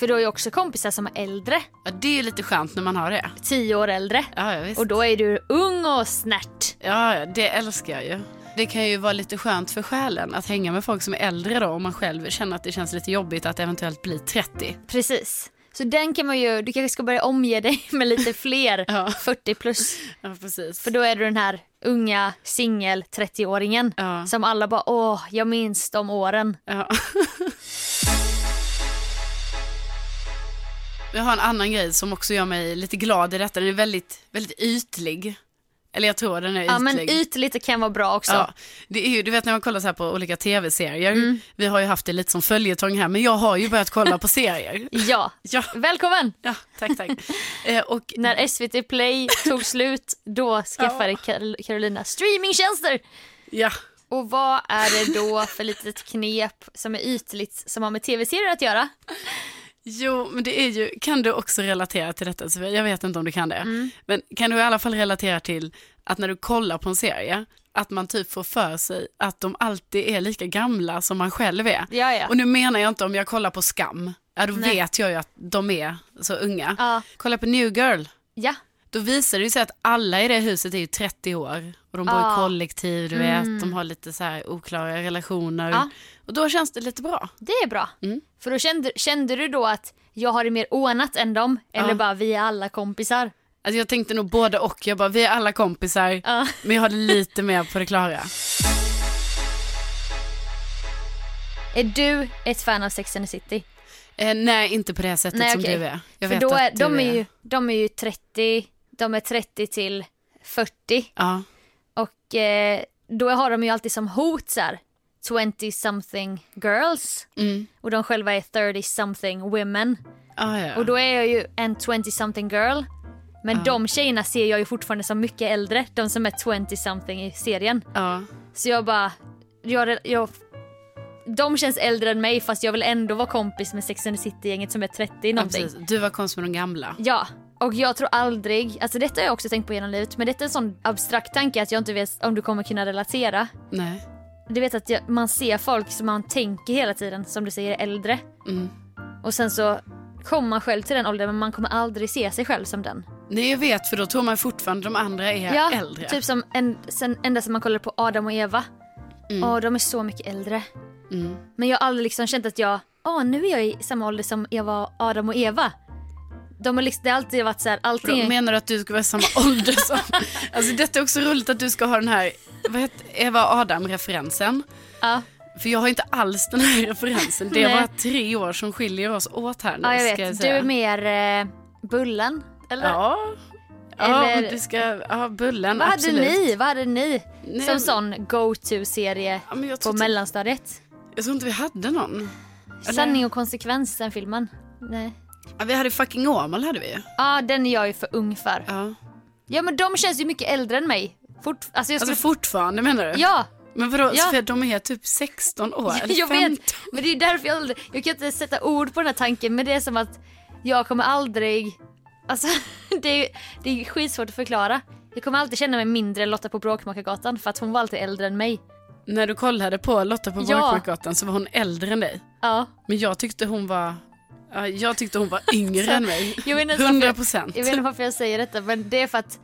Speaker 2: För du har ju också kompisar som är äldre,
Speaker 1: ja, det är ju lite skönt när man har det.
Speaker 2: tio år äldre.
Speaker 1: Ja, ja visst.
Speaker 2: Och då är du ung och snärt.
Speaker 1: Ja, ja, det älskar jag ju. Det kan ju vara lite skönt för själen att hänga med folk som är äldre då om man själv känner att det känns lite jobbigt att eventuellt bli 30.
Speaker 2: Precis. Så den kan man ju, du kanske ska börja omge dig [LAUGHS] med lite fler
Speaker 1: Ja.
Speaker 2: 40 plus.
Speaker 1: Ja, precis.
Speaker 2: För då är du den här unga singel 30-åringen
Speaker 1: Ja.
Speaker 2: som alla bara åh, jag minns de åren.
Speaker 1: ja. Jag har en annan grej som också gör mig lite glad i detta. Den är väldigt, väldigt ytlig. Eller jag tror den är ytlig.
Speaker 2: Ja men ytligt det kan vara bra också.
Speaker 1: Ja, det är ju, du vet när man kollar så här på olika tv-serier.
Speaker 2: Mm.
Speaker 1: Vi har ju haft det lite som följetong här, men jag har ju börjat kolla
Speaker 2: [LAUGHS]
Speaker 1: på serier.
Speaker 2: ja.
Speaker 1: Ja,
Speaker 2: Välkommen!
Speaker 1: ja tack,
Speaker 2: [LAUGHS]
Speaker 1: tack. Eh, och
Speaker 2: När SVT Play
Speaker 1: [LAUGHS]
Speaker 2: tog slut, då skaffade
Speaker 1: Ja.
Speaker 2: Karol- Carolina streamingtjänster.
Speaker 1: ja.
Speaker 2: Och vad är det då för litet knep som är ytligt som har med tv-serier att göra?
Speaker 1: Jo, men det är ju, kan du också relatera till detta Sofia? Jag vet inte om du kan det.
Speaker 2: Mm.
Speaker 1: Men kan du i alla fall relatera till att när du kollar på en serie, att man typ får för sig att de alltid är lika gamla som man själv är.
Speaker 2: Ja, ja.
Speaker 1: Och nu menar jag inte om jag kollar på Skam, ja då
Speaker 2: Nej.
Speaker 1: vet jag ju att de är så unga.
Speaker 2: Ja.
Speaker 1: Kolla på New Girl,
Speaker 2: Ja,
Speaker 1: Då visar det ju sig att alla i det huset är ju 30 år och de bor
Speaker 2: Ja. Mm.
Speaker 1: i kollektiv, du vet, de har lite så här oklara relationer.
Speaker 2: Ja.
Speaker 1: Och då känns det lite bra.
Speaker 2: Det är bra.
Speaker 1: Mm.
Speaker 2: För då kände, kände du då att jag har det mer ordnat än dem eller
Speaker 1: Ja.
Speaker 2: bara vi är alla kompisar?
Speaker 1: Alltså jag tänkte nog både och, jag bara vi är alla kompisar
Speaker 2: Ja.
Speaker 1: men jag har det lite mer på det klara.
Speaker 2: Är du ett fan av Sex and the City?
Speaker 1: Eh, nej inte på det här sättet som
Speaker 2: okej.
Speaker 1: du är. Jag
Speaker 2: För
Speaker 1: vet
Speaker 2: då är,
Speaker 1: att du
Speaker 2: de, är ju, de är ju 30, de är 30 till 40
Speaker 1: Ja,
Speaker 2: och eh, då har de ju alltid som hot så här 20 something girls
Speaker 1: mm.
Speaker 2: och de själva är 30 something women.
Speaker 1: ah, ja.
Speaker 2: Och då är jag ju en 20 something girl. Men de tjejerna ser jag ju fortfarande som mycket äldre. De som är 20 something i serien.
Speaker 1: ja.
Speaker 2: Så jag bara, jag, jag, de känns äldre än mig fast jag vill ändå vara kompis med Sex and the City-gänget som är 30
Speaker 1: Ja,
Speaker 2: någonting.
Speaker 1: precis. Du var kompis med de gamla.
Speaker 2: Ja, och jag tror aldrig, alltså detta har jag också tänkt på genom livet, men detta är en sån abstrakt tanke att jag inte vet om du kommer kunna relatera.
Speaker 1: Nej.
Speaker 2: Du vet att jag, man ser folk som man tänker hela tiden, som du säger, är äldre.
Speaker 1: Mm.
Speaker 2: Och sen så kommer man själv till den åldern men man kommer aldrig se sig själv som den.
Speaker 1: Nej jag vet för då tror man fortfarande de andra är äldre.
Speaker 2: Typ som en, sen, ända som man kollar på Adam och Eva.
Speaker 1: Mm.
Speaker 2: Åh, de är så mycket äldre.
Speaker 1: Mm.
Speaker 2: Men jag har aldrig liksom känt att jag, åh nu är jag i samma ålder som jag var Adam och Eva. De har liksom, det har alltid varit så här, allting
Speaker 1: Då
Speaker 2: är-
Speaker 1: Menar du att du ska vara i
Speaker 2: [LAUGHS]
Speaker 1: samma ålder som... Alltså detta är också roligt att du ska ha den här vad heter, Eva Adam-referensen.
Speaker 2: ja,
Speaker 1: För jag har inte alls den här referensen. Det
Speaker 2: Nej.
Speaker 1: var tre år som skiljer oss åt här nu.
Speaker 2: ja, jag
Speaker 1: Ska jag
Speaker 2: vet. Du
Speaker 1: säga.
Speaker 2: är mer eh, Bullen, eller?
Speaker 1: Ja. Ja,
Speaker 2: Eller-
Speaker 1: men du ska... Ja, Bullen,
Speaker 2: Vad hade
Speaker 1: absolut.
Speaker 2: ni? Vad hade ni
Speaker 1: Nej,
Speaker 2: som
Speaker 1: men-
Speaker 2: sån go-to-serie
Speaker 1: Ja, men jag,
Speaker 2: på
Speaker 1: tror inte,
Speaker 2: mellanstadiet?
Speaker 1: jag tror inte vi hade någon. Eller-
Speaker 2: Sanning Alltså, och konsekvens, den filmen. Nej.
Speaker 1: Ja, vi hade fucking Åmål hade vi ju.
Speaker 2: Ja, den är jag ju för ung för.
Speaker 1: Ja.
Speaker 2: Ja, men de känns ju mycket äldre än mig. Fort, alltså jag skulle...
Speaker 1: Alltså fortfarande menar du?
Speaker 2: ja,
Speaker 1: Men vadå,
Speaker 2: Ja.
Speaker 1: Sofia, de är typ 16 år? Eller
Speaker 2: [LAUGHS] jag
Speaker 1: 15?
Speaker 2: vet. Men det är därför jag aldrig... Jag kan inte sätta ord på den här tanken, men det är som att jag kommer aldrig... Alltså, [LAUGHS] det är, det är skitsvårt att förklara. Jag kommer alltid känna mig mindre än Lotta på Bråkmakargatan för att hon var alltid äldre än mig.
Speaker 1: När du kollade på Lotta på
Speaker 2: Ja.
Speaker 1: Bråkmakargatan så var hon äldre än dig.
Speaker 2: Ja.
Speaker 1: Men jag tyckte hon var, ja, jag tyckte
Speaker 2: [LAUGHS]
Speaker 1: hon var yngre än mig.
Speaker 2: Jag vet inte varför
Speaker 1: 100
Speaker 2: jag-
Speaker 1: procent.
Speaker 2: Jag vet inte varför jag säger detta men det är för att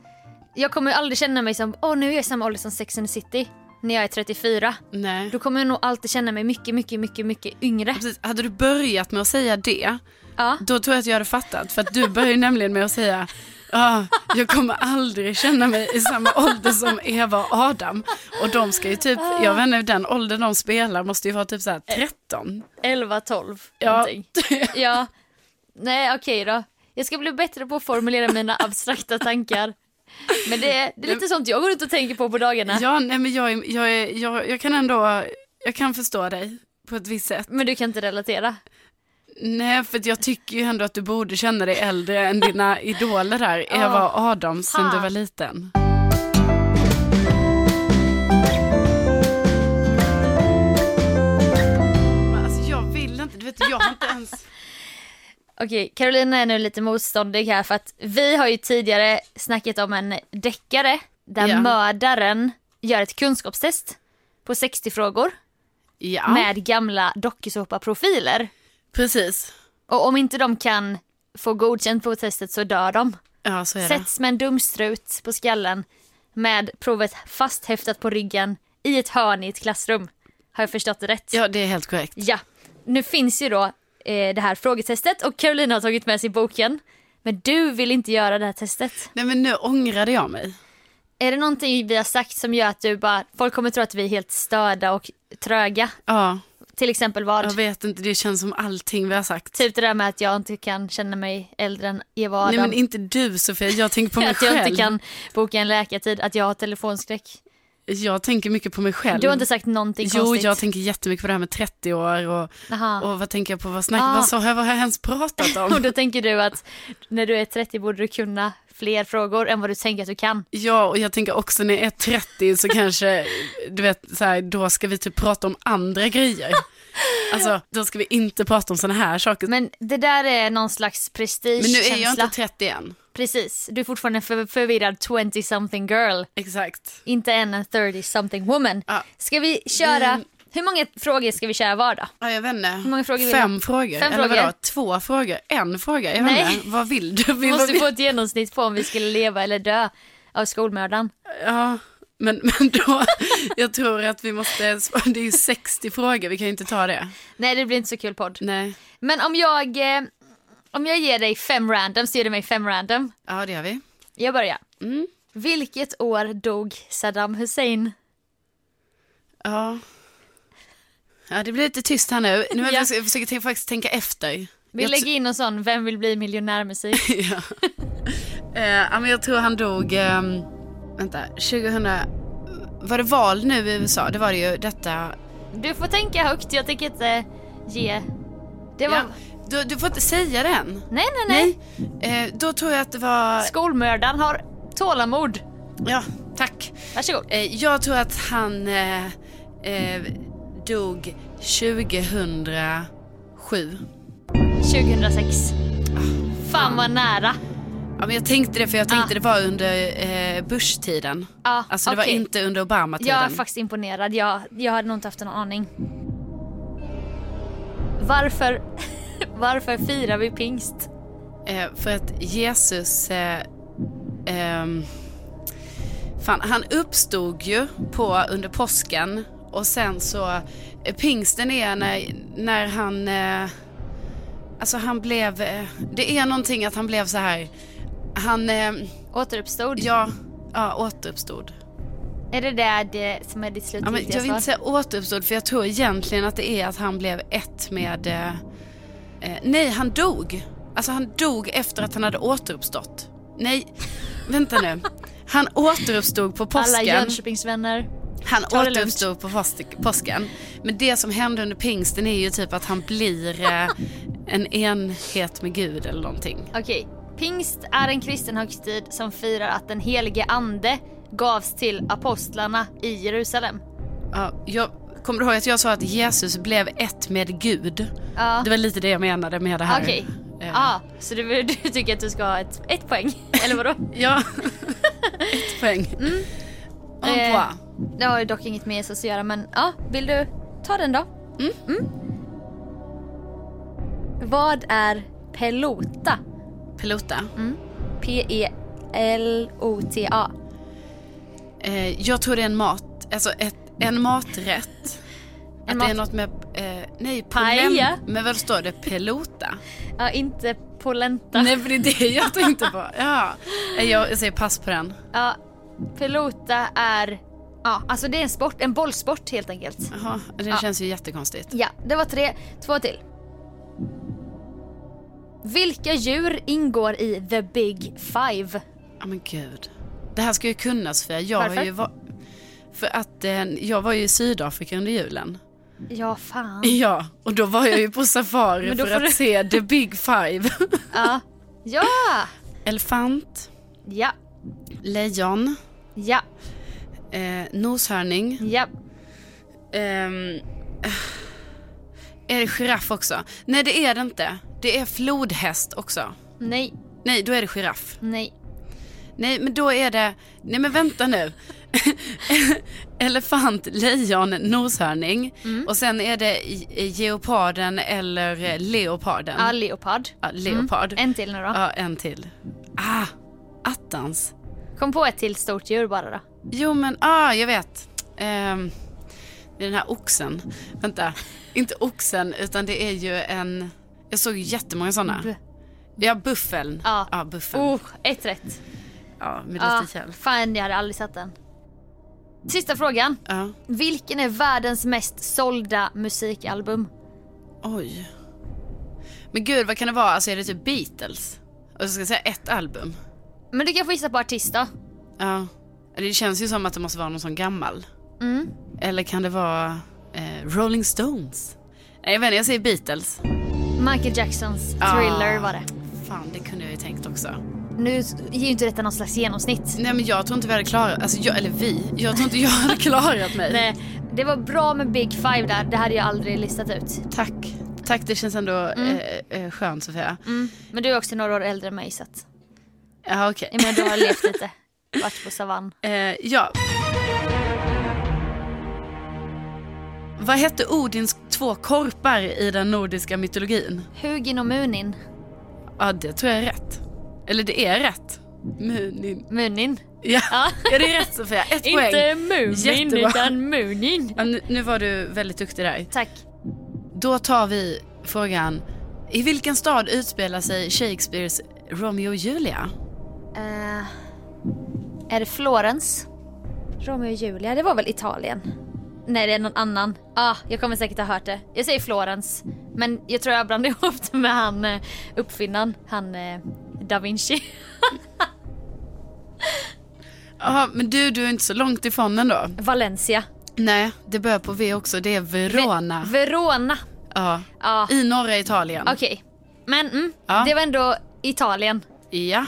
Speaker 2: jag kommer aldrig känna mig som, åh nu är jag samma ålder som Sex and the City när jag är 34.
Speaker 1: Nej.
Speaker 2: Då kommer jag nog alltid känna mig mycket, mycket, mycket, mycket yngre.
Speaker 1: Precis. Hade du börjat med att säga det,
Speaker 2: Ja.
Speaker 1: då tror jag att jag hade fattat. För att du börjar ju nämligen med att säga, ah, jag kommer aldrig känna mig i samma ålder som Eva och Adam. Och de ska ju typ, jag vet inte, den åldern de spelar måste ju vara typ så här 13.
Speaker 2: 11, 12
Speaker 1: Ja.
Speaker 2: någonting. [LAUGHS] Ja. Nej okej då. Jag ska bli bättre på att formulera mina abstrakta tankar. Men det är, det är lite sånt jag går ut och tänker på på dagarna.
Speaker 1: Ja, nej men jag, är- jag, är- jag, jag kan ändå, jag kan förstå dig på ett visst sätt.
Speaker 2: Men du kan inte relatera.
Speaker 1: Nej, för att jag tycker ju ändå att du borde känna dig äldre än [LAUGHS] dina idoler där, Eva och Adam, sen
Speaker 2: Ha.
Speaker 1: du var liten. Men Alltså jag vill inte, du vet jag har inte ens...
Speaker 2: Okej, Carolina är nu lite motståndig här för att vi har ju tidigare snackat om en deckare där
Speaker 1: Ja.
Speaker 2: mördaren gör ett kunskapstest på 60 frågor
Speaker 1: [LAUGHS] Ja,
Speaker 2: med gamla dokusåpaprofiler.
Speaker 1: precis.
Speaker 2: Och om inte de kan få godkänt på testet så dör de.
Speaker 1: Ja, så är det.
Speaker 2: Sätts med en dumstrut på skallen med provet fasthäftat på ryggen i ett hörn i ett klassrum. Har jag förstått det rätt?
Speaker 1: Ja, det är helt korrekt.
Speaker 2: Ja, nu finns ju då eh, det här frågetestet och Caroline har tagit med sig boken. Men du vill inte göra det här testet.
Speaker 1: Nej men nu ångrade jag mig.
Speaker 2: Är det någonting vi har sagt som gör att du bara, folk kommer tro att vi är helt störda och tröga?
Speaker 1: Ja,
Speaker 2: Till exempel vad?
Speaker 1: jag vet inte, det känns som allting vi har sagt.
Speaker 2: Typ det där med att jag inte kan känna mig äldre än Eva och Adam.
Speaker 1: Nej men inte du Sofia, [LAUGHS] jag tänker på mig
Speaker 2: att jag
Speaker 1: själv.
Speaker 2: inte kan boka en läkartid, att jag har telefonskräck.
Speaker 1: Jag tänker mycket på mig själv.
Speaker 2: Du har inte sagt någonting
Speaker 1: Jo,
Speaker 2: konstigt.
Speaker 1: jag tänker jättemycket på det här med 30 år och,
Speaker 2: Aha.
Speaker 1: och vad tänker jag på, vad, snack,
Speaker 2: Ah.
Speaker 1: vad, sa, jag- vad har jag ens pratat
Speaker 2: Och [LAUGHS]
Speaker 1: om?
Speaker 2: då tänker du att när du är 30 borde du kunna fler frågor än vad du tänker att du kan.
Speaker 1: Ja, och jag tänker också när jag är 30 så kanske, du vet, så här, då ska vi typ prata om andra grejer. Alltså, då ska vi inte prata om sådana här saker. Men,
Speaker 2: Men det där är någon slags prestigekänsla.
Speaker 1: nu är jag inte 30 än.
Speaker 2: Precis, du är fortfarande en för, förvirrad 20-something girl,
Speaker 1: Exakt.
Speaker 2: inte än en 30-something woman.
Speaker 1: Ja.
Speaker 2: Ska vi köra
Speaker 1: Mm.
Speaker 2: Hur många frågor ska vi köra var då?
Speaker 1: Ja, jag vet inte. Hur
Speaker 2: många frågor vill
Speaker 1: Fem frågor.
Speaker 2: Fem
Speaker 1: Eller
Speaker 2: frågor?
Speaker 1: vadå? Två frågor? En fråga? Jag
Speaker 2: Nej.
Speaker 1: vet inte. Vad vill du?
Speaker 2: Vi
Speaker 1: Vi
Speaker 2: måste
Speaker 1: vad
Speaker 2: få ett genomsnitt på om vi skulle leva eller dö av skolmördaren.
Speaker 1: Ja, men, men då, jag tror att vi måste, svara- det är ju 60 frågor, vi kan ju inte ta det.
Speaker 2: Nej det blir inte så kul podd.
Speaker 1: Nej,
Speaker 2: Men om jag, eh, om jag ger dig fem random så ger du mig fem random.
Speaker 1: ja det gör vi.
Speaker 2: Jag börjar.
Speaker 1: Mm.
Speaker 2: Vilket år dog Saddam Hussein?
Speaker 1: Ja. ja, det blir lite tyst här nu. Nu men
Speaker 2: Ja.
Speaker 1: jag, jag försöker tänka- faktiskt tänka efter.
Speaker 2: Vi
Speaker 1: Jag tr-
Speaker 2: lägger in en sån Vem vill
Speaker 1: [LAUGHS]
Speaker 2: bli miljonärmusik?
Speaker 1: ja. Eh, ja, men jag tror han dog, ehm, vänta, 2000, var det val nu i USA? Det var det ju detta.
Speaker 2: Du får tänka högt, jag tänker inte ge... Det var...
Speaker 1: Ja. Du, du får inte säga det än.
Speaker 2: Nej, nej, nej.
Speaker 1: Eh, då tror jag att det var,
Speaker 2: Skolmördaren har tålamod.
Speaker 1: ja, tack.
Speaker 2: Varsågod.
Speaker 1: Eh, jag tror att han eh, eh, dog 2007.
Speaker 2: 2006.
Speaker 1: Ah.
Speaker 2: Fan vad nära.
Speaker 1: Ja, men jag tänkte det för jag tänkte det
Speaker 2: Ah.
Speaker 1: var under eh, Bush-tiden.
Speaker 2: Ja,
Speaker 1: Alltså det
Speaker 2: okej.
Speaker 1: var inte under Obama-tiden.
Speaker 2: Jag är faktiskt imponerad. Jag, jag hade nog inte haft en aning. Varför, [LAUGHS] varför firar vi pingst?
Speaker 1: eh, för att Jesus... Eh, ehm, fan, han uppstod ju på under påsken och sen så... Eh, pingsten är när, när han... Eh, alltså han blev... Eh, det är någonting att han blev så här... Han... Eh,
Speaker 2: Återuppstod?
Speaker 1: ja, ja, återuppstod.
Speaker 2: Är det där det som är ditt
Speaker 1: Ja, men
Speaker 2: slutgiltiga
Speaker 1: jag vill
Speaker 2: svar?
Speaker 1: inte säga återuppstod för jag tror egentligen att det är att han blev ett med... Eh, eh, nej, han dog. Alltså han dog efter att han hade återuppstått. Nej, vänta nu. Han återuppstod på
Speaker 2: Alla
Speaker 1: påsken.
Speaker 2: Jönköpingsvänner.
Speaker 1: Han
Speaker 2: det lugnt.
Speaker 1: återuppstod på påsk- påsken. Men det som hände under pingsten är ju typ att han blir eh, en enhet med Gud eller någonting.
Speaker 2: Okej. Pingst är en kristen högtid som firar att den helige ande gavs till apostlarna i Jerusalem.
Speaker 1: Ja, jag, kommer du ihåg att jag sa att Jesus blev ett med Gud?
Speaker 2: Ja.
Speaker 1: Det var lite det jag menade med det här.
Speaker 2: Okej.
Speaker 1: Eh,
Speaker 2: Ah, så du, [LAUGHS] du tycker att du ska ha ett, ett poäng? Eller vadå? [LAUGHS]
Speaker 1: Ja, ett poäng. Mm.
Speaker 2: Eh,
Speaker 1: bra.
Speaker 2: Det har ju dock inget med Jesus att göra men ja, vill du ta den då?
Speaker 1: Mm.
Speaker 2: Mm. Vad är pelota? E
Speaker 1: Pelota.
Speaker 2: P-E-L-O-T-A.
Speaker 1: Eh, jag tror det är en mat, alltså ett, en
Speaker 2: [LAUGHS]
Speaker 1: maträtt. att
Speaker 2: mat-
Speaker 1: det är något med, eh, nej,
Speaker 2: Paella.
Speaker 1: polenta. Men vad står det? Pelota?
Speaker 2: Ja, inte polenta.
Speaker 1: nej, för det är det
Speaker 2: [LAUGHS]
Speaker 1: jag tänkte på. Ja. Eh, Jag, jag säger pass på den.
Speaker 2: Ja, pelota är, ja, alltså det är en sport, en bollsport helt enkelt.
Speaker 1: Jaha, det känns ju jättekonstigt.
Speaker 2: Ja, det var tre. Två till. Vilka djur ingår i the big five?
Speaker 1: Ja, men gud. Det här ska jag ju kunna Sofia. Jag har
Speaker 2: Varför?
Speaker 1: ju va- för att eh, jag var ju i Sydafrika under julen. [LAUGHS]
Speaker 2: Ja, fan.
Speaker 1: Ja, och då var jag ju på safari
Speaker 2: Men då
Speaker 1: för
Speaker 2: får
Speaker 1: att
Speaker 2: du-
Speaker 1: se the big five. [LAUGHS]
Speaker 2: Ja. Ja!
Speaker 1: Elefant,
Speaker 2: Ja.
Speaker 1: lejon,
Speaker 2: Ja.
Speaker 1: eh, noshörning.
Speaker 2: Ja.
Speaker 1: ehm, eh, är det giraff också? Nej det är det inte. Det är flodhäst också.
Speaker 2: Nej.
Speaker 1: Nej då är det giraff.
Speaker 2: Nej.
Speaker 1: Mm. Nej men då är det, nej men vänta nu. [LAUGHS] Elefant, lejon, noshörning. Och sen är det i- i geoparden eller eh, leoparden.
Speaker 2: Ja, leopard.
Speaker 1: ja, leopard.
Speaker 2: Mm. En till nu då.
Speaker 1: Ja, en till. Ah, attans.
Speaker 2: Kom på ett till stort djur bara då.
Speaker 1: Jo men, ah jag vet. Ehm, det är den här oxen. Vänta, inte oxen utan det är ju en... Jag såg ju jättemånga sådana.
Speaker 2: B-
Speaker 1: ja, buffeln.
Speaker 2: Ja.
Speaker 1: Ja, buffeln.
Speaker 2: Oh, ett rätt.
Speaker 1: Ja, med
Speaker 2: Ja,
Speaker 1: lite hjälp.
Speaker 2: fan, jag hade aldrig satt den. Sista frågan.
Speaker 1: Ja.
Speaker 2: Vilken är världens mest sålda musikalbum?
Speaker 1: Oj. Men gud, vad kan det vara? Alltså är det typ Beatles? Och så ska jag säga ett album.
Speaker 2: Men du kan få gissa på artist då.
Speaker 1: Ja. Det känns ju som att det måste vara någon sån gammal.
Speaker 2: Mm.
Speaker 1: Eller kan det vara eh, Rolling Stones? Nej, jag vet inte, jag säger Beatles.
Speaker 2: Michael Jacksons
Speaker 1: Ah.
Speaker 2: thriller var det.
Speaker 1: Fan, det kunde jag ju tänkt också.
Speaker 2: Nu ger ju inte detta någon slags genomsnitt.
Speaker 1: Nej men jag tror inte vi hade klarat, alltså jag, eller vi, jag tror inte jag
Speaker 2: [LAUGHS]
Speaker 1: hade klarat mig.
Speaker 2: Nej, eh, det var bra med Big Five där. Det hade jag aldrig listat ut.
Speaker 1: Tack. Tack, det känns ändå
Speaker 2: Mm.
Speaker 1: eh, eh, skönt Sofia.
Speaker 2: Men du är också några år äldre än mig så att,
Speaker 1: Ja okej.
Speaker 2: jag menar du har
Speaker 1: [LAUGHS]
Speaker 2: levt lite. Varit på savann.
Speaker 1: Eh, ja. Vad hette Odins två korpar i den nordiska mytologin?
Speaker 2: Hugin och Munin.
Speaker 1: Ja, det tror jag är rätt. Eller det är rätt. Munin.
Speaker 2: Munin.
Speaker 1: Ja,
Speaker 2: Ja.
Speaker 1: ja det är rätt Sofia. Ett poäng.
Speaker 2: [LAUGHS] Inte Mumin
Speaker 1: Jättebra.
Speaker 2: utan Munin.
Speaker 1: Ja, nu, nu var du väldigt duktig där.
Speaker 2: Tack.
Speaker 1: Då tar vi frågan. I vilken stad utspelar sig Shakespeares Romeo och Julia?
Speaker 2: Eh, är det Florens? Romeo och Julia, det var väl Italien? Nej det är någon annan. Ah, jag kommer säkert ha hört det. Jag säger Florens. Men jag tror jag blandade [LAUGHS] ihop det med han eh, uppfinnaren, han eh, da Vinci. [LAUGHS]
Speaker 1: Jaha, men du, du är inte så långt ifrån den då.
Speaker 2: Valencia.
Speaker 1: Nej, det börjar på V också. Det är Verona.
Speaker 2: Verona.
Speaker 1: ja.
Speaker 2: Ja,
Speaker 1: I norra Italien.
Speaker 2: okej. Men mm,
Speaker 1: Ja.
Speaker 2: det var ändå Italien.
Speaker 1: Ja.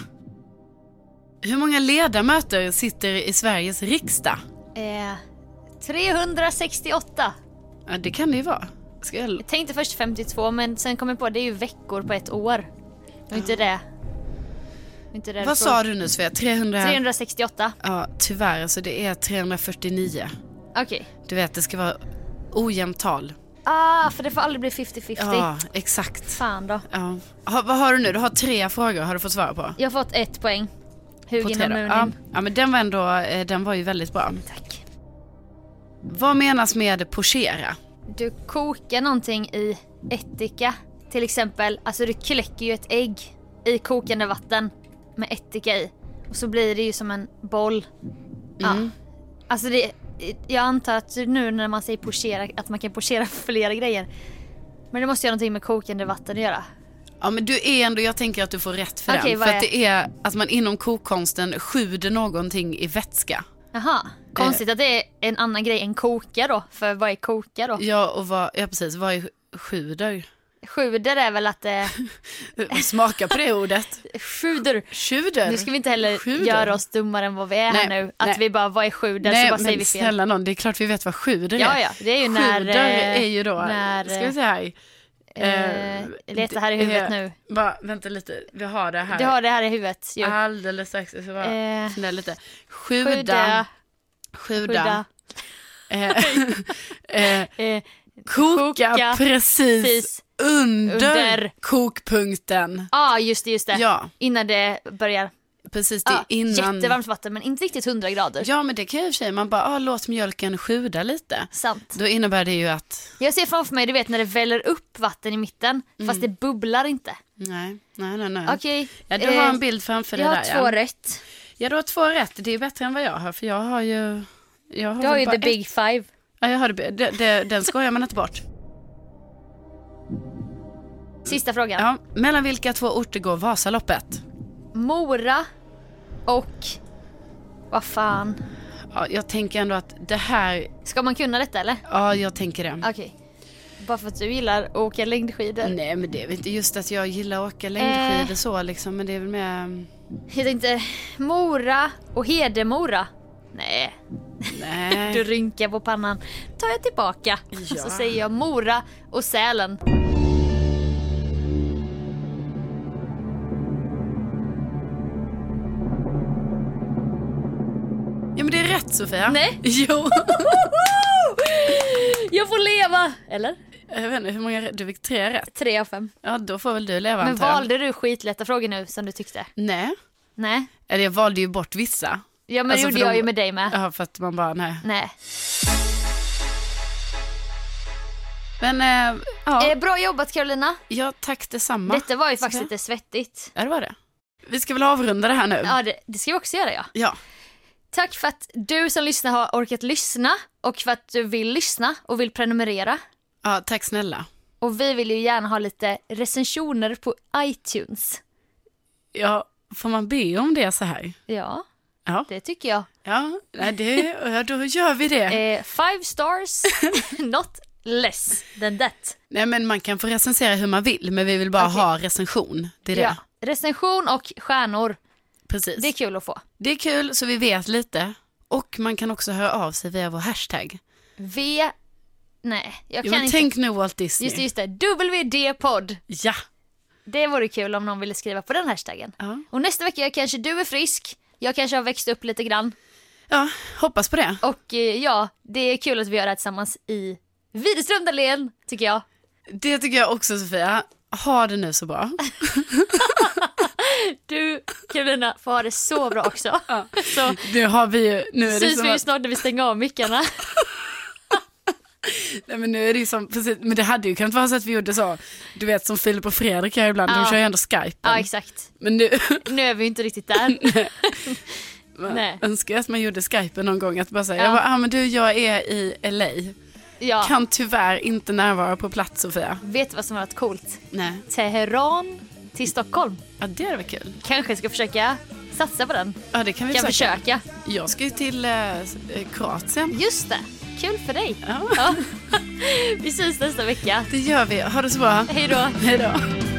Speaker 1: Hur många ledamöter sitter i Sveriges riksdag?
Speaker 2: Eh, 368.
Speaker 1: Ja, det kan det ju vara. Ska jag...
Speaker 2: Jag tänkte först 52 men sen kom jag på det är ju veckor på ett år. Och inte det. Inte det
Speaker 1: Vad sa du nu Svea? 300...
Speaker 2: 368.
Speaker 1: Ja, tyvärr alltså det är 349.
Speaker 2: Okej.
Speaker 1: Du vet, det ska vara ojämnt tal.
Speaker 2: Ah, för det får aldrig bli 50-50.
Speaker 1: Ja, exakt.
Speaker 2: Fan då.
Speaker 1: Ja. Ha, vad har du nu? Du har tre frågor har du fått svara på.
Speaker 2: Jag har fått ett poäng.
Speaker 1: på
Speaker 2: Hugin
Speaker 1: tre
Speaker 2: och
Speaker 1: då.
Speaker 2: Munin.
Speaker 1: ja. ja, men den var ändå, eh, den var ju väldigt bra.
Speaker 2: Tack.
Speaker 1: Vad menas med pochera?
Speaker 2: Du kokar någonting i ättika. Till exempel, alltså du kläcker ju ett ägg i kokande vatten med ättika i. Och så blir det ju som en boll. Ja. Alltså det, jag antar att nu när man säger pochera, att man kan pochera [LAUGHS] flera grejer. Men det måste ju ha någonting med kokande vatten att göra.
Speaker 1: Ja men du är ändå, jag tänker att du får rätt för
Speaker 2: Okej,
Speaker 1: den.
Speaker 2: vad
Speaker 1: För
Speaker 2: är-
Speaker 1: att det är att man inom kokkonsten sjuder någonting i vätska.
Speaker 2: Jaha, konstigt att det är en annan grej än koka då. För vad är koka då?
Speaker 1: Ja och vad, ja precis, vad är sjuder?
Speaker 2: Sjuder är väl att det...
Speaker 1: Smaka på det ordet.
Speaker 2: Sjuder!
Speaker 1: Sjuder?
Speaker 2: Nu ska vi inte heller
Speaker 1: Sjuder.
Speaker 2: göra oss dummare än vad vi är här
Speaker 1: Nej,
Speaker 2: nu. Att
Speaker 1: nej.
Speaker 2: vi bara, vad är sjuder? så
Speaker 1: Nej
Speaker 2: bara
Speaker 1: men
Speaker 2: säger vi fel.
Speaker 1: snälla någon, det är klart vi vet vad sjuder är.
Speaker 2: Ja, ja, det är ju när...
Speaker 1: sjuder
Speaker 2: eh,
Speaker 1: är ju då,
Speaker 2: När,
Speaker 1: ska vi se här.
Speaker 2: eh, leta här i
Speaker 1: det
Speaker 2: huvudet
Speaker 1: är-
Speaker 2: nu.
Speaker 1: Bara, vänta lite, vi har det här. Ah,
Speaker 2: Du har det här i huvudet ju.
Speaker 1: Alldeles strax, jag ska bara
Speaker 2: Eh,
Speaker 1: snälla lite.
Speaker 2: Sjuda,
Speaker 1: Sjuda, sjuda,
Speaker 2: sjuda,
Speaker 1: eh, [LAUGHS] eh,
Speaker 2: eh,
Speaker 1: koka,
Speaker 2: Koka
Speaker 1: precis,
Speaker 2: precis.
Speaker 1: under,
Speaker 2: under.
Speaker 1: kokpunkten.
Speaker 2: Ja, ah, just det, just det.
Speaker 1: Ja,
Speaker 2: Innan det börjar.
Speaker 1: precis det
Speaker 2: Ah,
Speaker 1: är innan.
Speaker 2: Jättevarmt vatten men inte riktigt 100 grader.
Speaker 1: Ja men det kan jag i och för sig, man bara ah, låt mjölken sjuda lite.
Speaker 2: Sant.
Speaker 1: Då innebär det ju att,
Speaker 2: Jag ser framför mig, du vet när det väller upp vatten i mitten fast det bubblar inte.
Speaker 1: nej, nej, nej. nej.
Speaker 2: Okej,
Speaker 1: Mm. Ja, du har
Speaker 2: eh,
Speaker 1: en bild framför dig
Speaker 2: jag har
Speaker 1: där
Speaker 2: två
Speaker 1: ja.
Speaker 2: rätt.
Speaker 1: Ja du har två rätt, det är bättre än vad jag har för jag har ju, jag har,
Speaker 2: Du har
Speaker 1: väl
Speaker 2: ju
Speaker 1: bara
Speaker 2: the big five.
Speaker 1: ett. Ja jag har det, det, det, den skojar man inte bort.
Speaker 2: Sista frågan.
Speaker 1: Ja, mellan vilka två orter går Vasaloppet?
Speaker 2: Mora och... Vad fan.
Speaker 1: Ja, jag tänker ändå att det här,
Speaker 2: Ska man kunna detta eller?
Speaker 1: ja jag tänker det.
Speaker 2: Okej. Bara för att du gillar att åka längdskidor.
Speaker 1: Nej men det är väl inte just att jag gillar att åka
Speaker 2: Eh.
Speaker 1: längdskidor så liksom men det är väl med,
Speaker 2: Jag tänkte Mora och Hedemora. Nej, du
Speaker 1: nej.
Speaker 2: rynkar på pannan. Tar jag tillbaka.
Speaker 1: Ja.
Speaker 2: Så säger jag Mora
Speaker 1: [LAUGHS]
Speaker 2: och Sälen.
Speaker 1: Ja men det är rätt Sofia.
Speaker 2: Nej.
Speaker 1: [LAUGHS] Jo.
Speaker 2: Jag får leva! Eller?
Speaker 1: jag vet inte hur många, rätt- du fick tre rätt.
Speaker 2: Tre av fem.
Speaker 1: Ja då får väl du leva
Speaker 2: Men
Speaker 1: antar jag.
Speaker 2: valde du skitlätta frågor nu som du tyckte?
Speaker 1: Nej.
Speaker 2: Nej.
Speaker 1: Eller jag valde ju bort vissa.
Speaker 2: Ja men
Speaker 1: Alltså,
Speaker 2: det gjorde
Speaker 1: för
Speaker 2: jag
Speaker 1: de-
Speaker 2: ju med dig med.
Speaker 1: Ja för att man bara nej.
Speaker 2: Nej.
Speaker 1: Men eh, ja,
Speaker 2: Eh, bra jobbat Carolina.
Speaker 1: ja tack detsamma.
Speaker 2: Detta var ju faktiskt
Speaker 1: Sofia.
Speaker 2: lite svettigt.
Speaker 1: Ja det var det. Vi ska väl avrunda det här nu.
Speaker 2: Ja, det, det ska vi också göra ja.
Speaker 1: Ja.
Speaker 2: Tack för att du som lyssnar har orkat lyssna och för att du vill lyssna och vill prenumerera.
Speaker 1: ja tack snälla.
Speaker 2: Och vi vill ju gärna ha lite recensioner på iTunes.
Speaker 1: Ja, får man be om det så här?
Speaker 2: Ja,
Speaker 1: Ja.
Speaker 2: det tycker jag.
Speaker 1: Ja, nej, det, ja, då gör vi det.
Speaker 2: Eh, five
Speaker 1: [LAUGHS]
Speaker 2: stars, not less than that.
Speaker 1: Nej men man kan få recensera hur man vill men vi vill bara
Speaker 2: Okej.
Speaker 1: ha recension. Det är det.
Speaker 2: Ja. Recension och stjärnor,
Speaker 1: Precis.
Speaker 2: det är kul att få.
Speaker 1: Det är kul så vi vet lite. Och man kan också höra av sig via vår hashtag.
Speaker 2: V... Nej, jag
Speaker 1: Jo,
Speaker 2: kan
Speaker 1: men
Speaker 2: inte.
Speaker 1: tänk nu Walt Disney.
Speaker 2: Just det, just det. WD-podd.
Speaker 1: Ja.
Speaker 2: Det vore kul om någon ville skriva på den hashtaggen.
Speaker 1: Ja.
Speaker 2: Och nästa vecka kanske du är frisk, jag kanske har växt upp lite grann.
Speaker 1: ja, hoppas på det.
Speaker 2: Och eh, ja, det är kul att vi gör det här tillsammans i Widerström Dahlén, tycker jag.
Speaker 1: Det tycker jag också Sofia. Ha det nu så
Speaker 2: [LAUGHS]
Speaker 1: bra.
Speaker 2: Du, Karolina, får ha det så bra också. [LAUGHS] Så
Speaker 1: Nu har vi ju, nu är det
Speaker 2: syns
Speaker 1: som,
Speaker 2: vi ju
Speaker 1: att-
Speaker 2: snart när vi stänger av mickarna.
Speaker 1: nej, men nu är det ju som, precis, men det hade ju kunnat vara så att vi gjorde så, du vet som Filip och Fredrik här ibland,
Speaker 2: Ja.
Speaker 1: de kör ju ändå Skype.
Speaker 2: Ja, exakt.
Speaker 1: men nu
Speaker 2: Nu är vi ju inte riktigt [LAUGHS] där. Nej.
Speaker 1: [LAUGHS] önskar jag att man gjorde Skype någon gång, att bara säga,
Speaker 2: Ja.
Speaker 1: jag bara, ah, men du jag är i LA,
Speaker 2: Ja.
Speaker 1: kan tyvärr inte närvara på plats Sofia.
Speaker 2: Vet du vad som har varit coolt?
Speaker 1: Nej,
Speaker 2: Teheran till Stockholm.
Speaker 1: ja det hade varit kul.
Speaker 2: Kanske ska försöka satsa på den.
Speaker 1: Ja det kan vi
Speaker 2: Kan
Speaker 1: säkert.
Speaker 2: försöka.
Speaker 1: Jag ska ju till eh, s- eh, Kroatien.
Speaker 2: Just det. Kul för dig.
Speaker 1: Ja,
Speaker 2: Ja. [LAUGHS] Vi syns nästa vecka.
Speaker 1: det gör vi, ha det så bra.
Speaker 2: Hej då.
Speaker 1: Hej då.